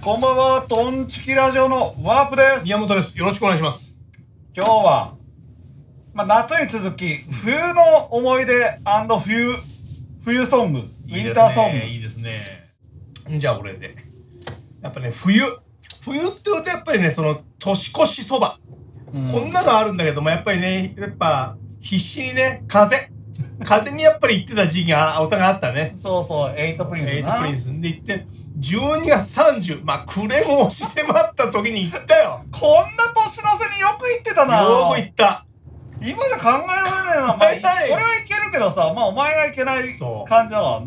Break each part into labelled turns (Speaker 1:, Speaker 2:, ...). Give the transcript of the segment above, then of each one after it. Speaker 1: こんばんは、トンチキラジオのワープです。
Speaker 2: 宮本です。よろしくお願いします。
Speaker 1: 今日は、まあ、夏に続き、冬の思い出冬、冬ソング、
Speaker 2: いい
Speaker 1: イ
Speaker 2: で
Speaker 1: ン
Speaker 2: す
Speaker 1: ターソング。
Speaker 2: ねいいですね。じゃあ俺で。やっぱね、冬。冬って言うとやっぱりね、その年越しそば。こんなのあるんだけども、やっぱりね、やっぱ必死にね、風。風にやっぱり行ってた時期が、あお互いあったね。
Speaker 1: そうそう、エイトプリンスな。
Speaker 2: エイトプリンスで行って、12月30、まあ暮れも押し迫った時に行ったよ。
Speaker 1: こんな年の瀬によく行ってたな。
Speaker 2: よく行った。
Speaker 1: 今じゃ考えられないな。まあ、俺
Speaker 2: 考えられない
Speaker 1: はいけるけどさ、まあ、お前がいけない感じだ
Speaker 2: そう
Speaker 1: からな。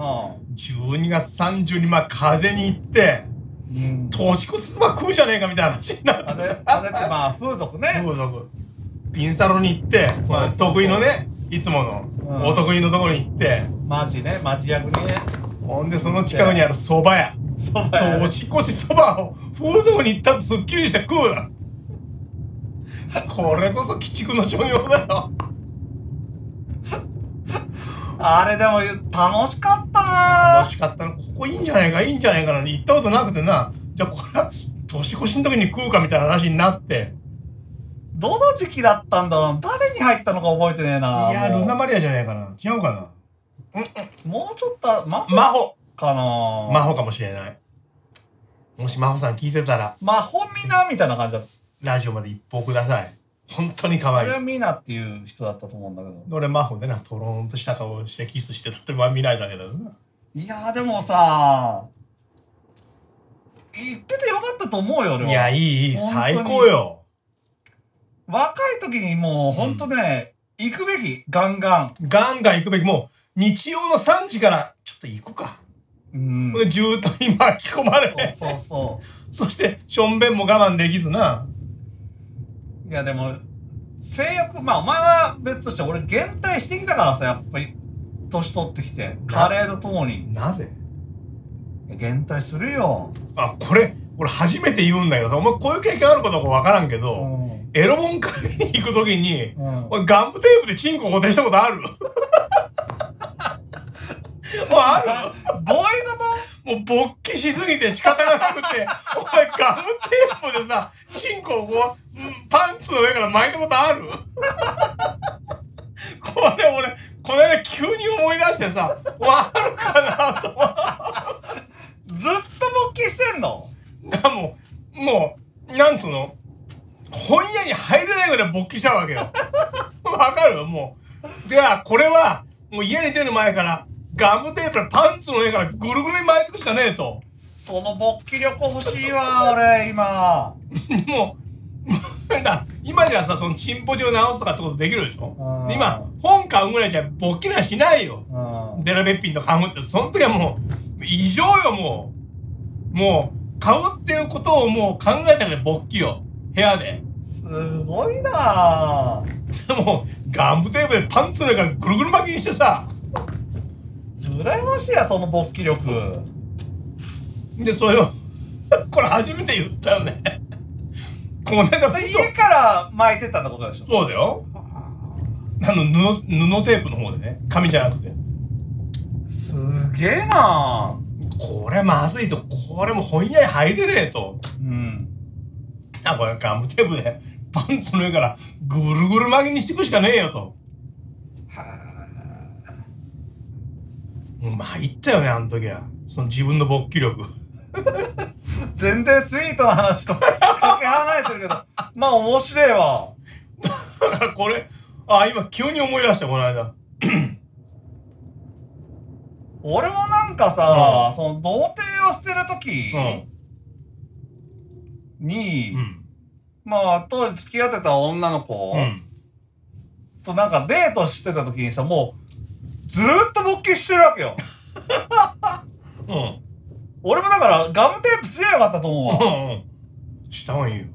Speaker 2: 12月30にまあ風に行って、
Speaker 1: うん
Speaker 2: 年越しそば食うじゃねえかみたいな話になって
Speaker 1: あ
Speaker 2: さ
Speaker 1: れ、あれってまあ、風俗ね。
Speaker 2: そうそうピンサロに行って、
Speaker 1: そう
Speaker 2: まあ、得意のねいつもの、
Speaker 1: うん
Speaker 2: お得意のところに行って
Speaker 1: マジね、マジ役にね。
Speaker 2: ほんでその近くにある蕎麦屋
Speaker 1: そばやね
Speaker 2: 年越しそばを風俗に行ったとすっきりして食うなこれこそ鬼畜の所業だよ
Speaker 1: あれでも楽しかったな
Speaker 2: 楽しかったなここいいんじゃないかいいんじゃないかなんて行ったことなくてなじゃあこれは年越しの時に食うかみたいな話になって
Speaker 1: どの時期だったんだろう誰に入ったのか覚えてねえないい
Speaker 2: やルナマリアじゃないかな違うか
Speaker 1: もうちょっとマ
Speaker 2: な
Speaker 1: ホ
Speaker 2: マホ
Speaker 1: かな
Speaker 2: マホかもしれないもしマホさん聞いてたら
Speaker 1: マホミナみたいな感じだった
Speaker 2: ラジオまで一報ください。本当に可愛い
Speaker 1: 俺。はミナっていう人だったと思うんだけど
Speaker 2: 俺、マホでな、トローンとした顔をしてキスしてたって、まあ見ないだけだよな。
Speaker 1: いやーでもさ言っててよかったと思うよ俺はい
Speaker 2: や、いい、いい、
Speaker 1: 本当に
Speaker 2: 最高よ。
Speaker 1: 若い時にもうほんとね、行くべきガンガ
Speaker 2: ガンガン行くべき、もう、日曜の3時から、ちょっと行くか。
Speaker 1: ンうん
Speaker 2: で渋滞に巻き込まれ、
Speaker 1: そうそうそ
Speaker 2: そして、しょんべんも我慢できずな。
Speaker 1: ういやでも性欲まあお前は別として俺減退してきたからさやっぱり年取ってきて加齢とともに
Speaker 2: なぜ
Speaker 1: 減退するよ、
Speaker 2: あ、これ、俺初めて言うんだけど、お前こういう経験あることはわからんけ
Speaker 1: う
Speaker 2: ど、
Speaker 1: ん
Speaker 2: エロ本買いに行くときに、
Speaker 1: うん
Speaker 2: 俺ガムテープでチンコ固定したことある もうある
Speaker 1: どういうこと
Speaker 2: もう勃起しすぎて仕方がなくて、 お前ガムテープでさ、チンコをこう、うんパンツの上から巻いたことある これ俺、この間急に思い出してさ、お前あるかなと思っ
Speaker 1: ずっと勃起してんの
Speaker 2: て。だからもう、もう、なんつうの本屋に入れないぐらい勃起しちゃうわけよ。わかるもう。では、これは、もう家に出る前から、ガムテープでパンツの上からぐるぐるに巻いていくしかねえと。
Speaker 1: その勃起力欲しいわ俺今
Speaker 2: もう、 なんだ、今じゃさ、そのチンポジを直すとかってことできるでしょ
Speaker 1: あー
Speaker 2: 今、本買うぐらいじゃ勃起なんしないよ。
Speaker 1: うん
Speaker 2: デラベッピンと買うって、その時はもう、異常よ、もう。もう、買うっていうことをもう考えたから勃起を。部屋で。
Speaker 1: すごいな
Speaker 2: もう、ガムテープでパンツの上からぐるぐる巻きにしてさ。
Speaker 1: 羨ましいやその勃起力
Speaker 2: で、それを、 これ初めて言ったよね。 この間、
Speaker 1: そ
Speaker 2: ふ
Speaker 1: れ
Speaker 2: と
Speaker 1: 家から巻いてったってことでしょ
Speaker 2: そうだよ。あの、布、布テープの方でね。紙じゃなくて。
Speaker 1: すげえな
Speaker 2: これまずいと、これもう本屋に入れねえと。
Speaker 1: うん
Speaker 2: あ、これガムテープでパンツの上からぐるぐる巻きにしていくしかねえよと。もう参ったよね、あの時は。その自分の勃起力。
Speaker 1: 全然スイートな話とかけ離れてるけどまあ面白いわ
Speaker 2: だからこれ、あ、今急に思い出した、この間。
Speaker 1: 俺もなんかさ、その童貞を捨てる時
Speaker 2: う
Speaker 1: に、
Speaker 2: ん。うん。
Speaker 1: まあ当時付き合ってた女の子、
Speaker 2: うん。
Speaker 1: となんかデートしてた時にさもうずーっと勃起してるわけよ
Speaker 2: うん。
Speaker 1: 俺もだからガムテープすりゃよかったと思うわ
Speaker 2: うん。うん。した方がいいよ。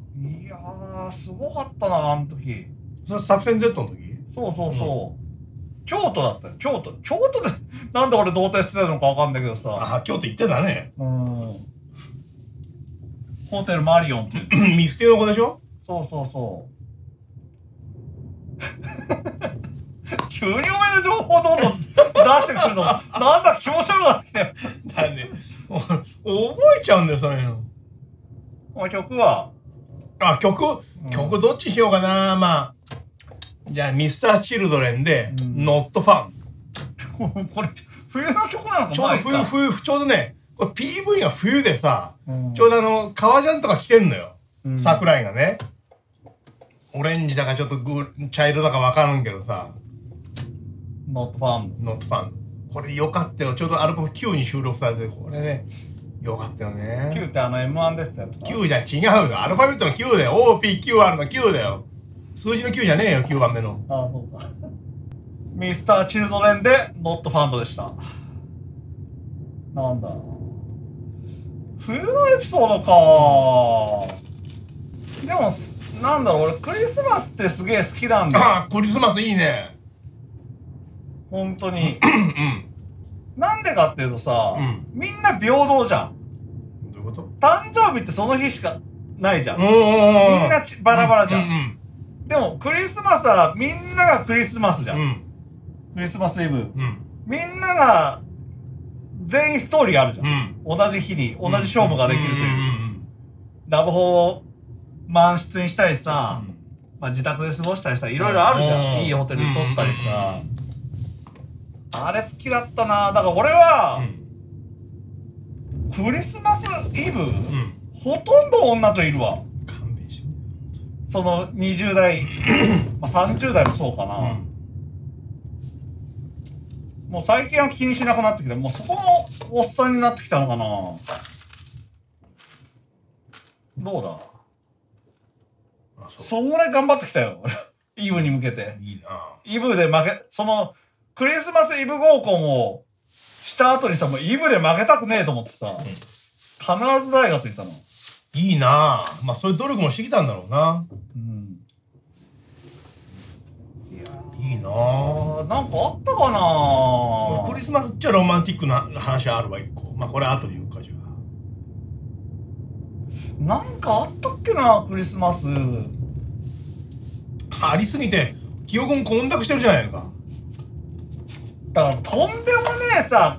Speaker 1: いやーすごかったなあの時
Speaker 2: それ作戦 Z の時
Speaker 1: そうそうそう、京都だったよ京都京都で なんで俺童貞してたのかわかんないけどさ
Speaker 2: あ、京都行ってたね。
Speaker 1: うんホテルマリオンっていう
Speaker 2: ミステの子でしょ
Speaker 1: そうそうそう 急にお前の情報どんどん出してくるのなんだ気持ち悪くなってきたよ
Speaker 2: だね。お覚えちゃうんだよ、そういうの。
Speaker 1: まあ、曲は、
Speaker 2: あ曲、曲どっちにしようかなまあじゃあミスターチルドレンで「
Speaker 1: うん
Speaker 2: ノットファン
Speaker 1: これ、冬の曲なのか
Speaker 2: ちょうど
Speaker 1: ま
Speaker 2: 冬
Speaker 1: あ
Speaker 2: 冬ちょうどねこれ PV が冬でさ、
Speaker 1: うん
Speaker 2: ちょうどあの革ジャンとか着てんのよ、
Speaker 1: うん
Speaker 2: 桜井がねオレンジだかちょっとグー茶色だか分からんけどさ
Speaker 1: ノットファン。
Speaker 2: ノットファンこれよかったよちょうどアルバム9に収録されてこれねよかったよ
Speaker 1: キュ
Speaker 2: ね
Speaker 1: ーってあの M1 出てたやつか。
Speaker 2: 9じゃ違うよアルファベットの9だよ OPQR の9だよ数字の9じゃねえよ9番目の
Speaker 1: ああ、そうか。ミスター・チルドレンで、ノットファンドでした。なんだ。冬のエピソードか。でもす、なんだろう、俺、クリスマスってすげえ好きなんだ よ。
Speaker 2: ああクリスマスいいね
Speaker 1: 本当に。なんでかっていうとさ、
Speaker 2: うん
Speaker 1: みんな平等じゃん。
Speaker 2: どういうこと
Speaker 1: 誕生日ってその日しかないじゃん。み
Speaker 2: み
Speaker 1: んなちバラバラじゃん。
Speaker 2: うん
Speaker 1: でも、クリスマスはみんながクリスマスじゃ。
Speaker 2: うんん
Speaker 1: クリスマスイブ。
Speaker 2: うん
Speaker 1: みんなが、全員ストーリーがあるじゃ。
Speaker 2: うんん
Speaker 1: 同じ日に、同じ勝負ができるという。
Speaker 2: うん
Speaker 1: ラブホを満室にしたりさ、
Speaker 2: うん
Speaker 1: まあ、自宅で過ごしたりさ、いろいろあるじゃん。
Speaker 2: うん
Speaker 1: いいホテルに取ったりさ
Speaker 2: う。
Speaker 1: あれ好きだったなだから俺は
Speaker 2: うん、
Speaker 1: クリスマスイブ、
Speaker 2: うんうん
Speaker 1: ほとんど女といるわ。
Speaker 2: 勘弁して
Speaker 1: その20代、まあ、30代もそうかな。
Speaker 2: うん
Speaker 1: もう最近は気にしなくなってきて、もうそこもおっさんになってきたのかなどうだ
Speaker 2: あそう
Speaker 1: そんぐらい頑張ってきたよ。俺 イブに向けて。
Speaker 2: いいな
Speaker 1: イブで負け、その、クリスマスイブ合コンをした後にさ、もうイブで負けたくねえと思ってさ、必ず大学行ったの。
Speaker 2: いいなまあそういう努力もしてきたんだろうな
Speaker 1: うん。
Speaker 2: いいな
Speaker 1: あーなんかあったかな
Speaker 2: クリスマスっちゃロマンティックな話あるわ一個まあこれ後で言うかじゃあ
Speaker 1: なんかあったっけなクリスマス。
Speaker 2: ありすぎて記憶も混濁してるじゃないのか
Speaker 1: だからとんでもねえさ、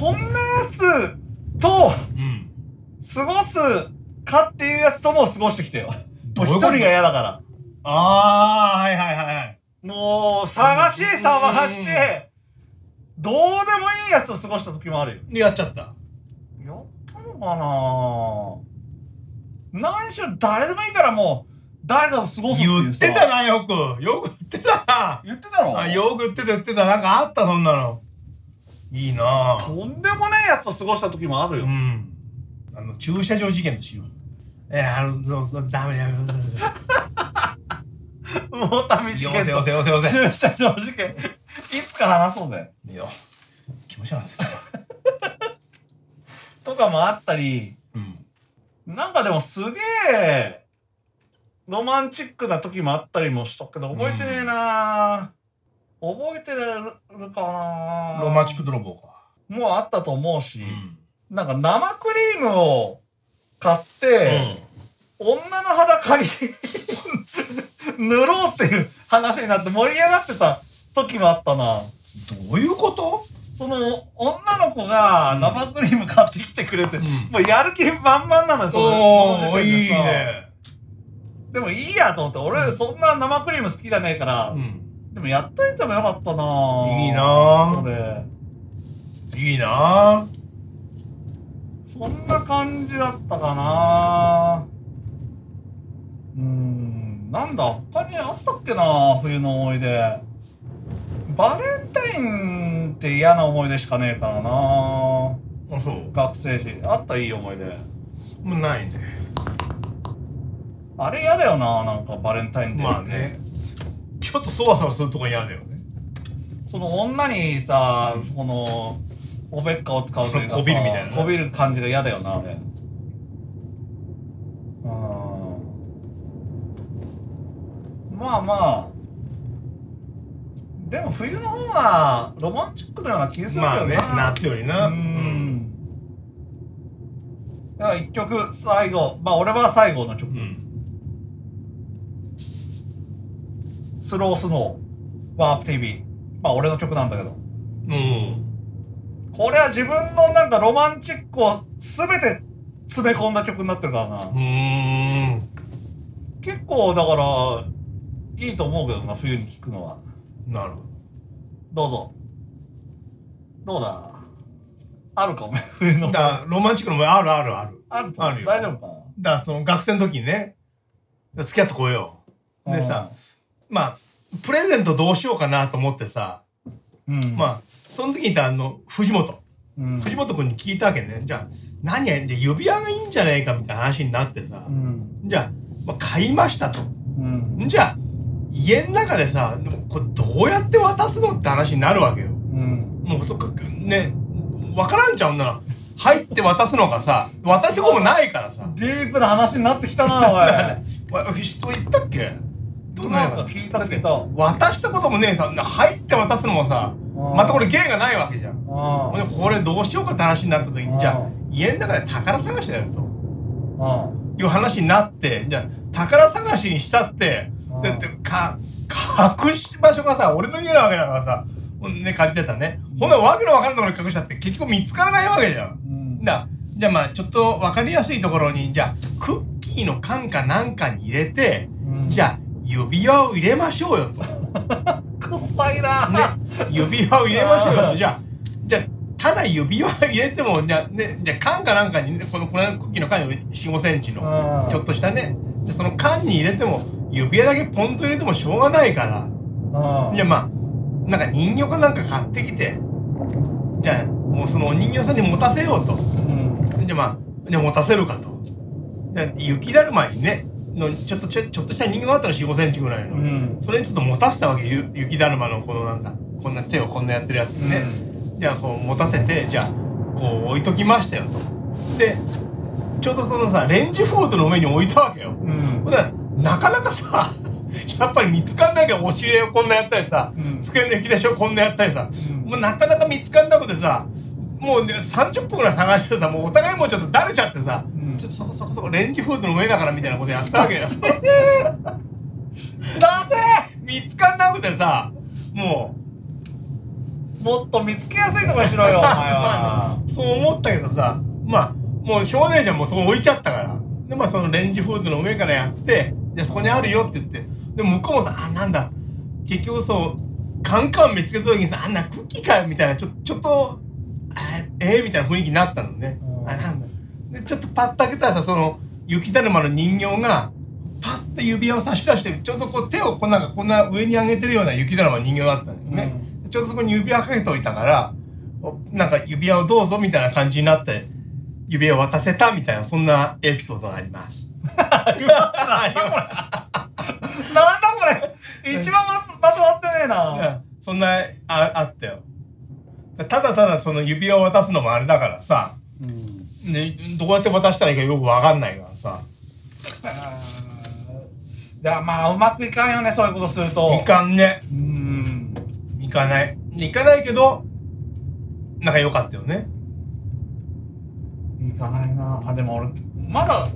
Speaker 1: こんなやつと
Speaker 2: うん
Speaker 1: 過ごすかっていうやつとも過ごしてきてよ。
Speaker 2: ど
Speaker 1: も
Speaker 2: う
Speaker 1: う
Speaker 2: いう
Speaker 1: 一人
Speaker 2: こと
Speaker 1: が嫌だから。
Speaker 2: ああはいはいはいはい
Speaker 1: もう探し
Speaker 2: うん
Speaker 1: 探して、どうでもいいやつと過ごした時もあるよ。
Speaker 2: でやっちゃった
Speaker 1: やったのかな何しろ誰でもいいからもう誰かと過ごすってい
Speaker 2: 言
Speaker 1: う
Speaker 2: っ
Speaker 1: さ
Speaker 2: てた。なよくよく言ってたな
Speaker 1: 言ってたの
Speaker 2: あよく言ってた言ってたなんかあったそんなのいいな
Speaker 1: と
Speaker 2: あ
Speaker 1: んでもないやつと過ごした時もある
Speaker 2: う
Speaker 1: よ。
Speaker 2: んあの駐車場事件としようえー、あのそうそうダ メダメダメダメ
Speaker 1: 魚民事
Speaker 2: よ
Speaker 1: 件
Speaker 2: せよせよせよせ
Speaker 1: 駐車場事件。いつか話そうぜ。
Speaker 2: いいよ気持ち悪いですよ
Speaker 1: とかもあったり、
Speaker 2: うん
Speaker 1: なんかでもすげえ、ロマンチックな時もあったりもしとくけど、覚えてねえな、覚えてるかな
Speaker 2: ロマンチック泥棒か
Speaker 1: もうあったと思うし、
Speaker 2: うん
Speaker 1: なんか生クリームを買って、女の裸に 塗ろうっていう話になって盛り上がってた時もあったな。
Speaker 2: うんどういうこと
Speaker 1: その女の子が生クリーム買ってきてくれて、
Speaker 2: うん
Speaker 1: もうやる気満々なのよ、そのその
Speaker 2: お
Speaker 1: 時点
Speaker 2: ーい
Speaker 1: で
Speaker 2: い
Speaker 1: さ
Speaker 2: ね
Speaker 1: でもいいやと思って、俺そんな生クリーム好きじゃねえから、
Speaker 2: うん
Speaker 1: でもやっといてもよかったなぁ
Speaker 2: いいな
Speaker 1: それ。
Speaker 2: いいな
Speaker 1: そんな感じだったかなうーん、なんだ、他にあったっけな冬の思い出。バレンタインって嫌な思い出しかねえからな
Speaker 2: あそう
Speaker 1: 学生時。あったいい思い出。
Speaker 2: もうないね
Speaker 1: あれ嫌だよななんかバレンタインデーって。
Speaker 2: まあねちょっとそわそわするとこ嫌だよね
Speaker 1: その女にさ、その、おべっかを使うというかさ、
Speaker 2: こびるみたいなね
Speaker 1: こびる感じが嫌だよな、あれ。うん。まあまあ。でも冬の方がロマンチックのような気がするよな。
Speaker 2: まあね夏よりな
Speaker 1: う
Speaker 2: うん
Speaker 1: ん。だから一曲、最後。まあ俺は最後の曲。
Speaker 2: うん
Speaker 1: スロースノー、ワープ TV。まあ俺の曲なんだけど。
Speaker 2: うん
Speaker 1: これは自分のなんかロマンチックを全て詰め込んだ曲になってるからな
Speaker 2: うーん
Speaker 1: 結構だからいいと思うけどな冬に聴くのは
Speaker 2: なるほど
Speaker 1: どうぞどうだあるかお前 冬の
Speaker 2: だからロマンチックのもあるあるある
Speaker 1: あると
Speaker 2: あるよ
Speaker 1: 大丈夫かな
Speaker 2: だからその学生の時にね付き合ってこようでさまあプレゼントどうしようかなと思ってさ、
Speaker 1: うん、うん、
Speaker 2: まあその時にいたあの藤本
Speaker 1: うん、
Speaker 2: 藤本君に聞いたわけねじゃあ何やじゃあ指輪がいいんじゃないかみたいな話になってさ、
Speaker 1: うん
Speaker 2: じゃあ、まあ、買いましたと
Speaker 1: うん
Speaker 2: じゃあ家の中でさでもこれどうやって渡すのって話になるわけよ
Speaker 1: うん
Speaker 2: もうそっかね分からんちゃうんなら入って渡すのかさ渡しとこもないからさ
Speaker 1: ディープな話になってきたなお い
Speaker 2: わ人言ったっけどう
Speaker 1: な
Speaker 2: なん
Speaker 1: か
Speaker 2: んか
Speaker 1: 聞いたけど
Speaker 2: 渡したこともねえさ入って渡すのもさ
Speaker 1: うん
Speaker 2: またこれ芸がないわけじゃん
Speaker 1: あ
Speaker 2: ほんでこれどうしようかって話になった時
Speaker 1: うん
Speaker 2: にじゃあ家の中で宝探しだよと
Speaker 1: あ
Speaker 2: いう話になってじゃあ宝探しにしたって
Speaker 1: うん
Speaker 2: だってか隠し場所がさ俺の家なわけだからさほんでね借りてたねほんならわけのわかんないところに隠したって結局見つからないわけじゃん
Speaker 1: うん
Speaker 2: だじゃあまあちょっと分かりやすいところにじゃあクッキーの缶かなんかに入れて、
Speaker 1: うん
Speaker 2: じゃあ指輪を入れましょうよと、ね、
Speaker 1: くっさいな、
Speaker 2: 指輪を入れましょうよとじゃあじゃあただ指輪入れてもじゃあ,、ね、じゃあ缶かなんかにねこのこのクッキーの缶に4 5センチの
Speaker 1: うん
Speaker 2: ちょっとしたねでその缶に入れても指輪だけポンと入れてもしょうがないから。
Speaker 1: うん
Speaker 2: いやまあなんか人形かなんか買ってきてじゃあもうそのお人形さんに持たせようと
Speaker 1: うん
Speaker 2: じゃあまあじゃあ持たせるかとで雪だるまにねのちょっとちょちょっとした人形があったら4 5センチぐらいの、
Speaker 1: うん
Speaker 2: それにちょっと持たせたわけゆ雪だるまのこのなんかこんな手をこんなやってるやつにね、じゃあこう持たせてじゃあこう置いときましたよとでちょうどそのさレンジフォートの上に置いたわけよ、
Speaker 1: うん
Speaker 2: ほんならなかなかさ やっぱり見つかんないから押し入れをこんなやったりさ、
Speaker 1: うん
Speaker 2: 机の引き出しをこんなやったりさ、
Speaker 1: うん
Speaker 2: もうなかなか見つかんなくてさもう、ね、30分ぐらい探してさもうお互いもうちょっとだれちゃってさ、
Speaker 1: うん
Speaker 2: ちょっとそこそこそこレンジフードの上だからみたいなことやったわけよ
Speaker 1: な ぜ
Speaker 2: 見つかんなくてさも
Speaker 1: もっと見つけやすいとこにしろよお前は
Speaker 2: うそう思ったけどさまあもう少年ちゃんもそこ置いちゃったからでまあそのレンジフードの上からやってでそこにあるよって言ってで向こうもさあなんだ結局そうカンカン見つけた時にさあんなクッキーかよみたいなちょちょっとあええみたいな雰囲気になったのね、
Speaker 1: うん
Speaker 2: あなんだでちょっとパッと開けたらさその雪だるまの人形がパッと指輪を差し出してちょうどこう手をこうなんかこんな上に上げてるような雪だるまの人形だったんだよね、ちょうどそこに指輪かけておいたからおなんか指輪をどうぞみたいな感じになって指輪を渡せたみたいなそんなエピソードがあります。あります
Speaker 1: なんだこれ一番まとまってねえな
Speaker 2: うんそんなああったよただただその指輪を渡すのもあれだからさ、ね、どうやって渡したらいいかよくわかんないからさ
Speaker 1: いやまあうまくいかんよねそういうことすると
Speaker 2: いかんね
Speaker 1: うん
Speaker 2: いかないいかないけど仲良かったよね
Speaker 1: いかないなあでも俺まだ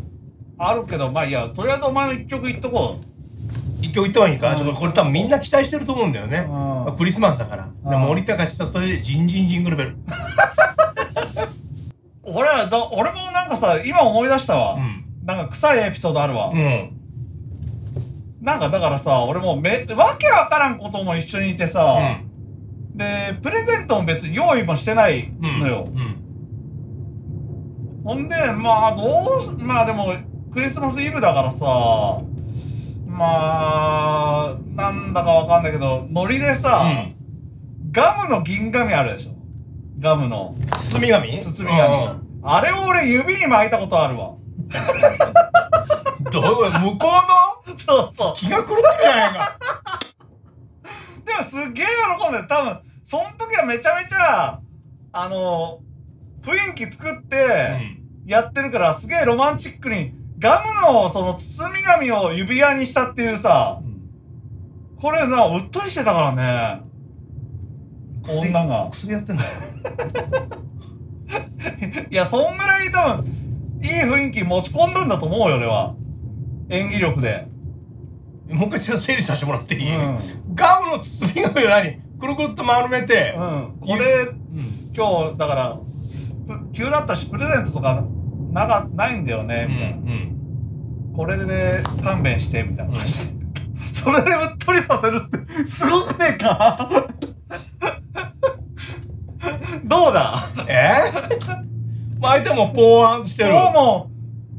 Speaker 1: あるけどまあいいやとりあえずお前の一曲言っとこ
Speaker 2: 一曲言った方がいいか
Speaker 1: うん
Speaker 2: ちょっとこれ多分みんな期待してると思うんだよね
Speaker 1: う、
Speaker 2: まあクリスマスだから
Speaker 1: うん
Speaker 2: で森高千里で「ジンジンジングルベル」
Speaker 1: 俺らだ俺もなんかさ今思い出したわ、
Speaker 2: うん
Speaker 1: なんか臭いエピソードあるわ、
Speaker 2: うん
Speaker 1: なんかだからさ俺もうめわけわからんことも一緒にいてさ、
Speaker 2: うん
Speaker 1: でプレゼントも別に用意もしてない
Speaker 2: うん
Speaker 1: のよ、
Speaker 2: うん
Speaker 1: ほんでまあどうしまあでもクリスマスイブだからさまあなんだかわかんないけどノリでさ、
Speaker 2: うん
Speaker 1: ガムの銀紙あるでしょガムの
Speaker 2: 包み紙
Speaker 1: 包み紙、
Speaker 2: うん
Speaker 1: あれを俺指に巻いたことあるわ
Speaker 2: どういうこと向こうの
Speaker 1: そうそう
Speaker 2: 気が狂ってるじゃないか
Speaker 1: でもすっげえ喜んで多分その時はめちゃめちゃあの雰囲気作っ
Speaker 2: う
Speaker 1: て
Speaker 2: ん
Speaker 1: やってるから、すげえロマンチックにガムのその包み紙を指輪にしたっていうさこれなうっとりしてたからね
Speaker 2: 薬
Speaker 1: 女が
Speaker 2: 薬やってんだよ
Speaker 1: いやそんぐらい多分いい雰囲気持ち込んだんだと思うよ俺は演技力で、
Speaker 2: もう一回ちょっと整理させてもらっていい、
Speaker 1: うん
Speaker 2: ガムの包み紙を何くるくるっと丸めて、
Speaker 1: うん、これ
Speaker 2: うん
Speaker 1: 今日だからぷ急だったしプレゼントとかなながないんだよね、みたいな。
Speaker 2: ん
Speaker 1: これで勘弁して、みたいな感じで。それでうっとりさせるって、すごくねえかどうだ
Speaker 2: えー、まあ相手もポーアンしてる
Speaker 1: も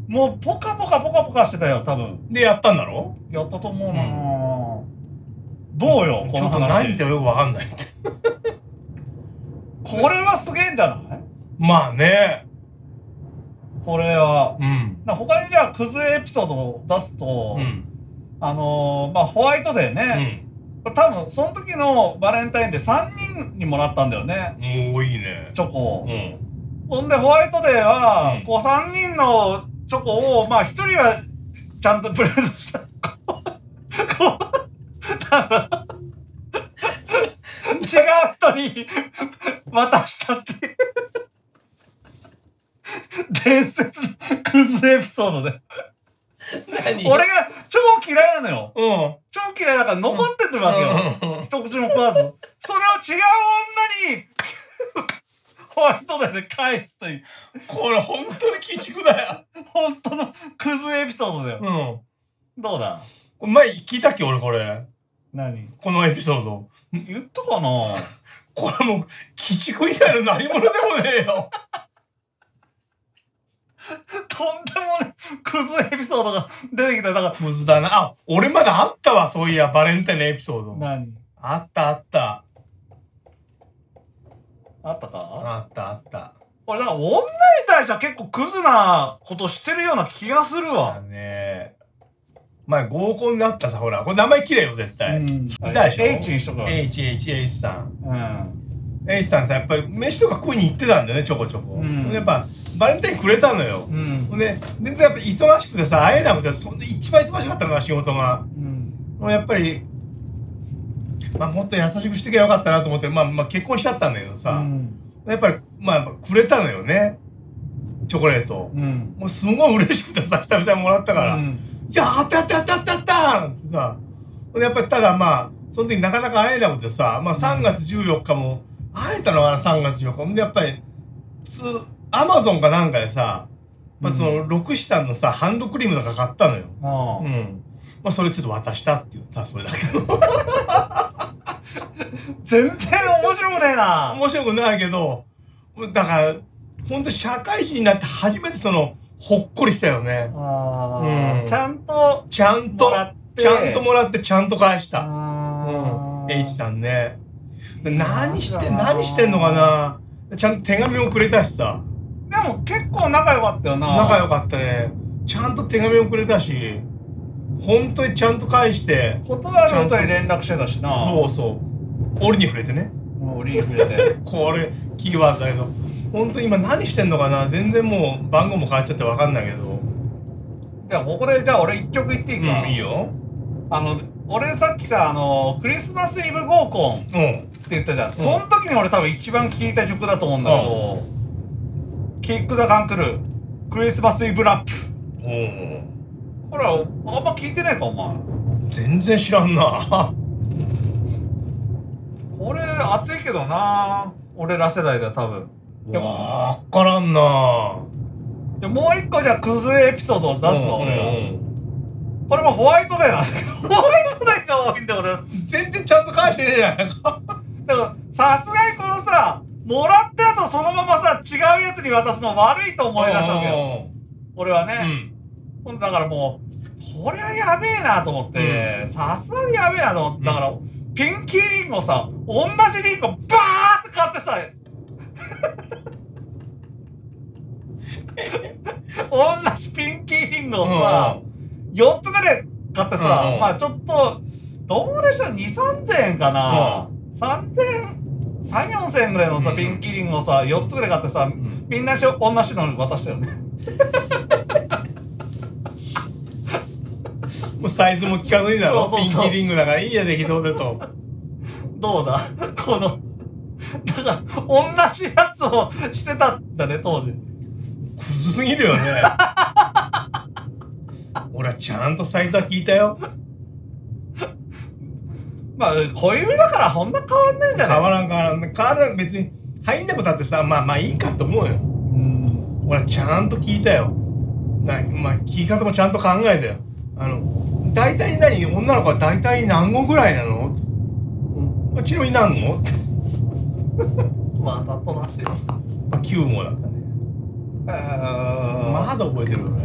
Speaker 1: うもう、もうポカポカポカポカしてたよ、多分。
Speaker 2: でやったんだろ
Speaker 1: やったと思うな、どうよ、こ
Speaker 2: ちょ
Speaker 1: の
Speaker 2: っと何言
Speaker 1: 話
Speaker 2: って。もよくわかんないって
Speaker 1: これはすげえんじゃない
Speaker 2: まあね
Speaker 1: これは。
Speaker 2: うん
Speaker 1: な他にじゃあ、クズエピソードを出すと、
Speaker 2: うん
Speaker 1: あのーまあ、ホワイトデー
Speaker 2: う
Speaker 1: ね、
Speaker 2: ん
Speaker 1: これ多分、その時のバレンタインで3人にもらったんだよね、
Speaker 2: おーいいね
Speaker 1: チョコを。
Speaker 2: うん
Speaker 1: ほんで、ホワイトデーは、
Speaker 2: うん
Speaker 1: こう3人のチョコを、まあ1人はちゃんとプレゼントした。こうただ、違う人に渡したっていう。伝説のクズエピソードで。
Speaker 2: 何
Speaker 1: 俺が超嫌いなのよ。
Speaker 2: うん
Speaker 1: 超嫌いだから残ってるわけよ。
Speaker 2: うん
Speaker 1: 一口も食わず。それを違う女に、ホワイトデーで返すという。
Speaker 2: これ本当に鬼畜だよ
Speaker 1: 本当のクズエピソードだよ。
Speaker 2: うん
Speaker 1: どうだ
Speaker 2: これ前聞いたっけ俺これ
Speaker 1: 何
Speaker 2: このエピソード
Speaker 1: 言ったかな
Speaker 2: これもう鬼畜以外の何者でもねえよ
Speaker 1: とんでもね、クズエピソードが出てきた。だから、
Speaker 2: クズだなあ俺まだあったわそういやバレンタインのエピソード
Speaker 1: 何
Speaker 2: あったあった
Speaker 1: あったか
Speaker 2: あったあった
Speaker 1: 俺、だから女に対しては結構クズなことしてるような気がする
Speaker 2: だ
Speaker 1: わ。
Speaker 2: ね前合コンになったさほらこれ名前切れよ絶対、
Speaker 1: うん。
Speaker 2: たでしょ
Speaker 1: H にしとくわ。
Speaker 2: HHH さん
Speaker 1: うん。
Speaker 2: H さんさやっぱり飯とか食いに行ってたんだよねちょこちょこ、
Speaker 1: うん
Speaker 2: やっぱバレンタインくれたのよ
Speaker 1: う、ん。
Speaker 2: で全然やっぱ忙しくてさ会えなくてそんで一番忙しかったのが仕事が
Speaker 1: うん。
Speaker 2: もうやっぱり、まあ、もっと優しくしてきゃよかったなと思って、まあ、まあ結婚しちゃったんだけど
Speaker 1: う
Speaker 2: さ、
Speaker 1: ん。
Speaker 2: やっぱりまあやっぱくれたのよねチョコレートを
Speaker 1: うん。
Speaker 2: もうすごい嬉しくてさ久々もらったから、
Speaker 1: うん
Speaker 2: やったやったやったやったやったなんてさでやっぱりただまあその時なかなか会えなくてさ、まあ、3月14日も会えたのかな3月14日もでやっぱり普通アマゾンかなんかでさ、まあ、そのロクシタンのさハンドクリームとか買ったのよ、
Speaker 1: あ
Speaker 2: う
Speaker 1: あ
Speaker 2: んまあ、それちょっと渡したっていうただそれだけ ど
Speaker 1: 全然面白くねえな。
Speaker 2: 面白くないけどだから本当社会人になって初めてそのほっこりしたよね
Speaker 1: あ
Speaker 2: う
Speaker 1: あ
Speaker 2: ん
Speaker 1: ちゃんと、
Speaker 2: ちゃんと
Speaker 1: もらって
Speaker 2: ちゃんともらってちゃんと返した
Speaker 1: あ
Speaker 2: うん、
Speaker 1: あ
Speaker 2: H さんね。何して、
Speaker 1: なんだろうな
Speaker 2: 何してんのかなちゃんと手紙もくれたしさ。
Speaker 1: でも結構仲良かったよな。
Speaker 2: 仲良かったね。ちゃんと手紙もくれたし、本当にちゃんと返して、
Speaker 1: ことあるごとに連絡してたしな。
Speaker 2: そうそう。折に触れてね。
Speaker 1: もうリーフ で。
Speaker 2: これ、キーワードだけど。本当に今何してんのかな全然もう番号も変わっちゃってわかんないけど。
Speaker 1: じゃあ、ここで、じゃあ俺一曲言っていいか、
Speaker 2: うん、いいよ。
Speaker 1: あの、俺さっきさ、あの、クリスマスイブ合コンって
Speaker 2: う
Speaker 1: 言ったじゃん。その時に俺多分一番聴いた曲だと思うんだけど、キック・ザ・カンクル、クリスマスイブラップ。
Speaker 2: ん。うん。
Speaker 1: ほら、あんま聞いてないか、お前。
Speaker 2: 全然知ら んな。
Speaker 1: これ、熱いけどな俺ら世代だよ、多分。
Speaker 2: わっからんな。
Speaker 1: でもう一個じゃあクズエピソードを出すわ、
Speaker 2: うん
Speaker 1: 俺が。
Speaker 2: うんうん
Speaker 1: これもホワイトデーなんだけど、ホワイトデーが多いんだよ、俺。
Speaker 2: 全然ちゃんと返してねえじゃないか。
Speaker 1: だからさすがにこのさもらったやつをそのままさ違うやつに渡すの悪いと思い出したわけよ俺は
Speaker 2: う
Speaker 1: ね、
Speaker 2: ん。
Speaker 1: ほんとだからもうこれはやべえなと思ってさすがにやべえなと思ってだから、ピンキーリンゴさ同じリンゴバーって買ってさ同じピンキーリンゴをさ、4つぐらい買ってさ、
Speaker 2: うんうん
Speaker 1: まあちょっとどうでしょう2 3 0円かな、3000円34000円ぐらいのさ、
Speaker 2: うん
Speaker 1: ピンキリンをさ4つぐらい買ってさ、
Speaker 2: ん
Speaker 1: みんなしょ同じの渡したよね
Speaker 2: もうサイズも聞かずにだろ。
Speaker 1: そう
Speaker 2: ピ
Speaker 1: そうそ
Speaker 2: ン
Speaker 1: う
Speaker 2: キリングだからいいや、適当でと。
Speaker 1: どうだ このだから同じやつをしてたんだね当時
Speaker 2: クズすぎるよ ね。俺はちゃんとサイズは聞いたよ。
Speaker 1: まあ小指だからこんな変わんねえんじゃ
Speaker 2: 変
Speaker 1: ない
Speaker 2: わらん変わらん。変わらん。別に入んなくたってさ、まあまあいいかと思うよ。
Speaker 1: うん
Speaker 2: 俺はちゃんと聞いたよなまあ聞き方もちゃんと考えたよあの大体何女の子は大体何語ぐらいなのうんちなみに何語って
Speaker 1: またとらしいよ。
Speaker 2: まあ9語だったね
Speaker 1: えー、
Speaker 2: まだ覚えてるよね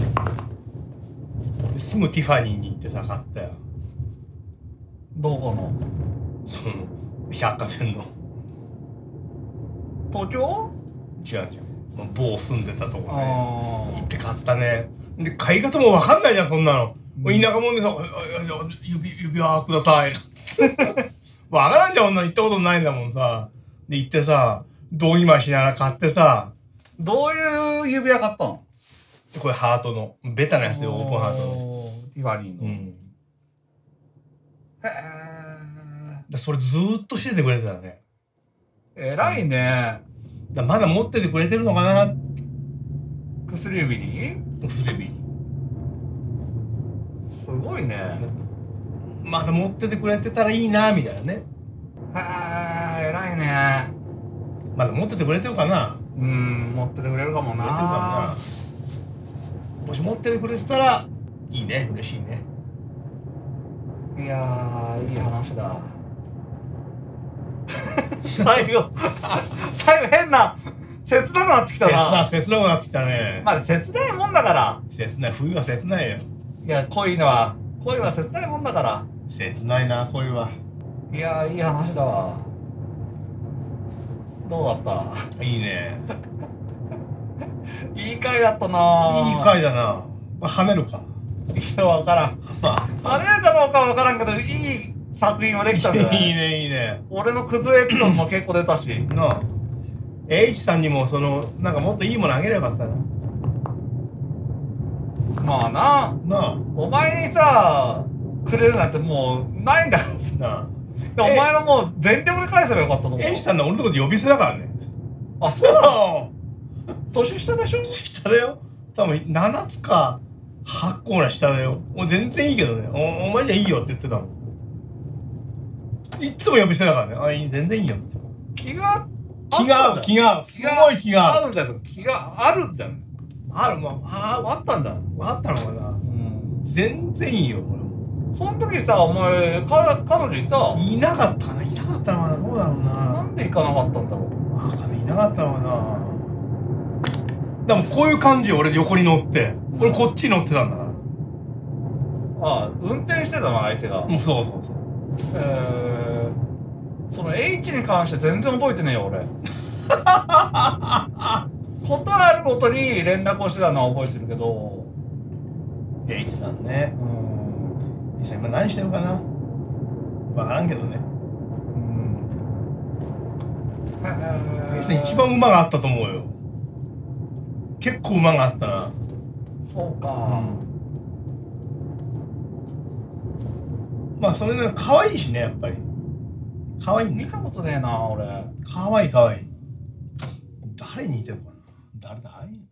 Speaker 2: すぐティファニーに行ってさ買ったよ
Speaker 1: どこの
Speaker 2: その百貨店の
Speaker 1: 東京
Speaker 2: 違う違うもう某住んでたとこね
Speaker 1: あ
Speaker 2: 行って買ったねで買い方も分かんないじゃんそんなの、
Speaker 1: うん
Speaker 2: 田舎者でさおいおいおい指指輪ください 分からんじゃん女行ったことないんだもんさで行ってさどう今しながら買ってさ
Speaker 1: ーどういう指輪買ったの
Speaker 2: これハートのベタなやつよオープンハートの
Speaker 1: の。ティファニーの。
Speaker 2: う
Speaker 1: へ
Speaker 2: ん
Speaker 1: え
Speaker 2: でそれずーっとしててくれてたね
Speaker 1: 偉いね。
Speaker 2: だまだ持っててくれてるのかな
Speaker 1: 薬指に
Speaker 2: 薬指に
Speaker 1: すごいね。
Speaker 2: まだ持っててくれてたらいいなみたいなね
Speaker 1: へえ偉いね。
Speaker 2: まだ持っててくれてるかな
Speaker 1: うん、持っててくれるかも
Speaker 2: く
Speaker 1: な。
Speaker 2: れてるかもなもし持っててくれてたらいいね嬉しいね
Speaker 1: いやー、いい話 だ。最後、最後変な、切なくなってきた
Speaker 2: 切な
Speaker 1: な。
Speaker 2: 切なくなってきたね、
Speaker 1: まあ、切ないもんだから。
Speaker 2: 切ない冬は切ないよ
Speaker 1: いや、恋のは、恋は切ないもんだから。
Speaker 2: 切ないな恋はい
Speaker 1: やー、いい話だわ。どうだっ
Speaker 2: いいね
Speaker 1: たいい回だったな。
Speaker 2: いい。回だなこれ跳ねるか
Speaker 1: いや、わからん。
Speaker 2: まあ
Speaker 1: 跳ねるかどうかはわからんけど、いい作品はできたんじゃない
Speaker 2: いいねいいね
Speaker 1: 俺のクズエピソードも結構出たし。
Speaker 2: なあ H さんにもそのなんかもっといいものあげればよかったな
Speaker 1: まあな。
Speaker 2: なあ
Speaker 1: お前にさくれるなんてもうないんだからさ
Speaker 2: なあ
Speaker 1: でお前はもう全力で返せばよかったと思う
Speaker 2: H さんの俺のこと呼び捨てだからね
Speaker 1: あそうなの
Speaker 2: あ
Speaker 1: 年下でしょ
Speaker 2: 下だよ多分7つか8個ぐらい下だよもう全然いいけどねおお前じゃいいよって言ってたもんいっつも呼び捨てだからねあいい全然いいよ
Speaker 1: 気が
Speaker 2: 気が合う気が合うすごい気が合う
Speaker 1: 合うんじゃない気があるんじゃない
Speaker 2: あるもんあ
Speaker 1: あったんだ
Speaker 2: ああったのかな
Speaker 1: うん
Speaker 2: 全然いいよ俺も
Speaker 1: その時さお前か彼女いた
Speaker 2: いなかったかないなかったのかなどうだろう
Speaker 1: な
Speaker 2: なん
Speaker 1: で行かなかったんだろう
Speaker 2: あかないなかったのかなでもこういう感じよ俺横に乗って俺こっちに乗ってたんだからも
Speaker 1: ああ運転してたな相手が
Speaker 2: うそうそうそう
Speaker 1: えー、その H に関して全然覚えてねえよ俺 ことあるごとに連絡をしてたのは覚えてるけど
Speaker 2: H さんね
Speaker 1: うん
Speaker 2: 実際今何してるかなわからんけどね
Speaker 1: うんへー
Speaker 2: 実際一番馬があったと思うよ結構馬があったな
Speaker 1: そうか、
Speaker 2: まあそれね可愛いしねやっぱり可愛い
Speaker 1: 見
Speaker 2: ね
Speaker 1: たことねえな俺
Speaker 2: 可愛い可愛い誰に似てるかな誰だあい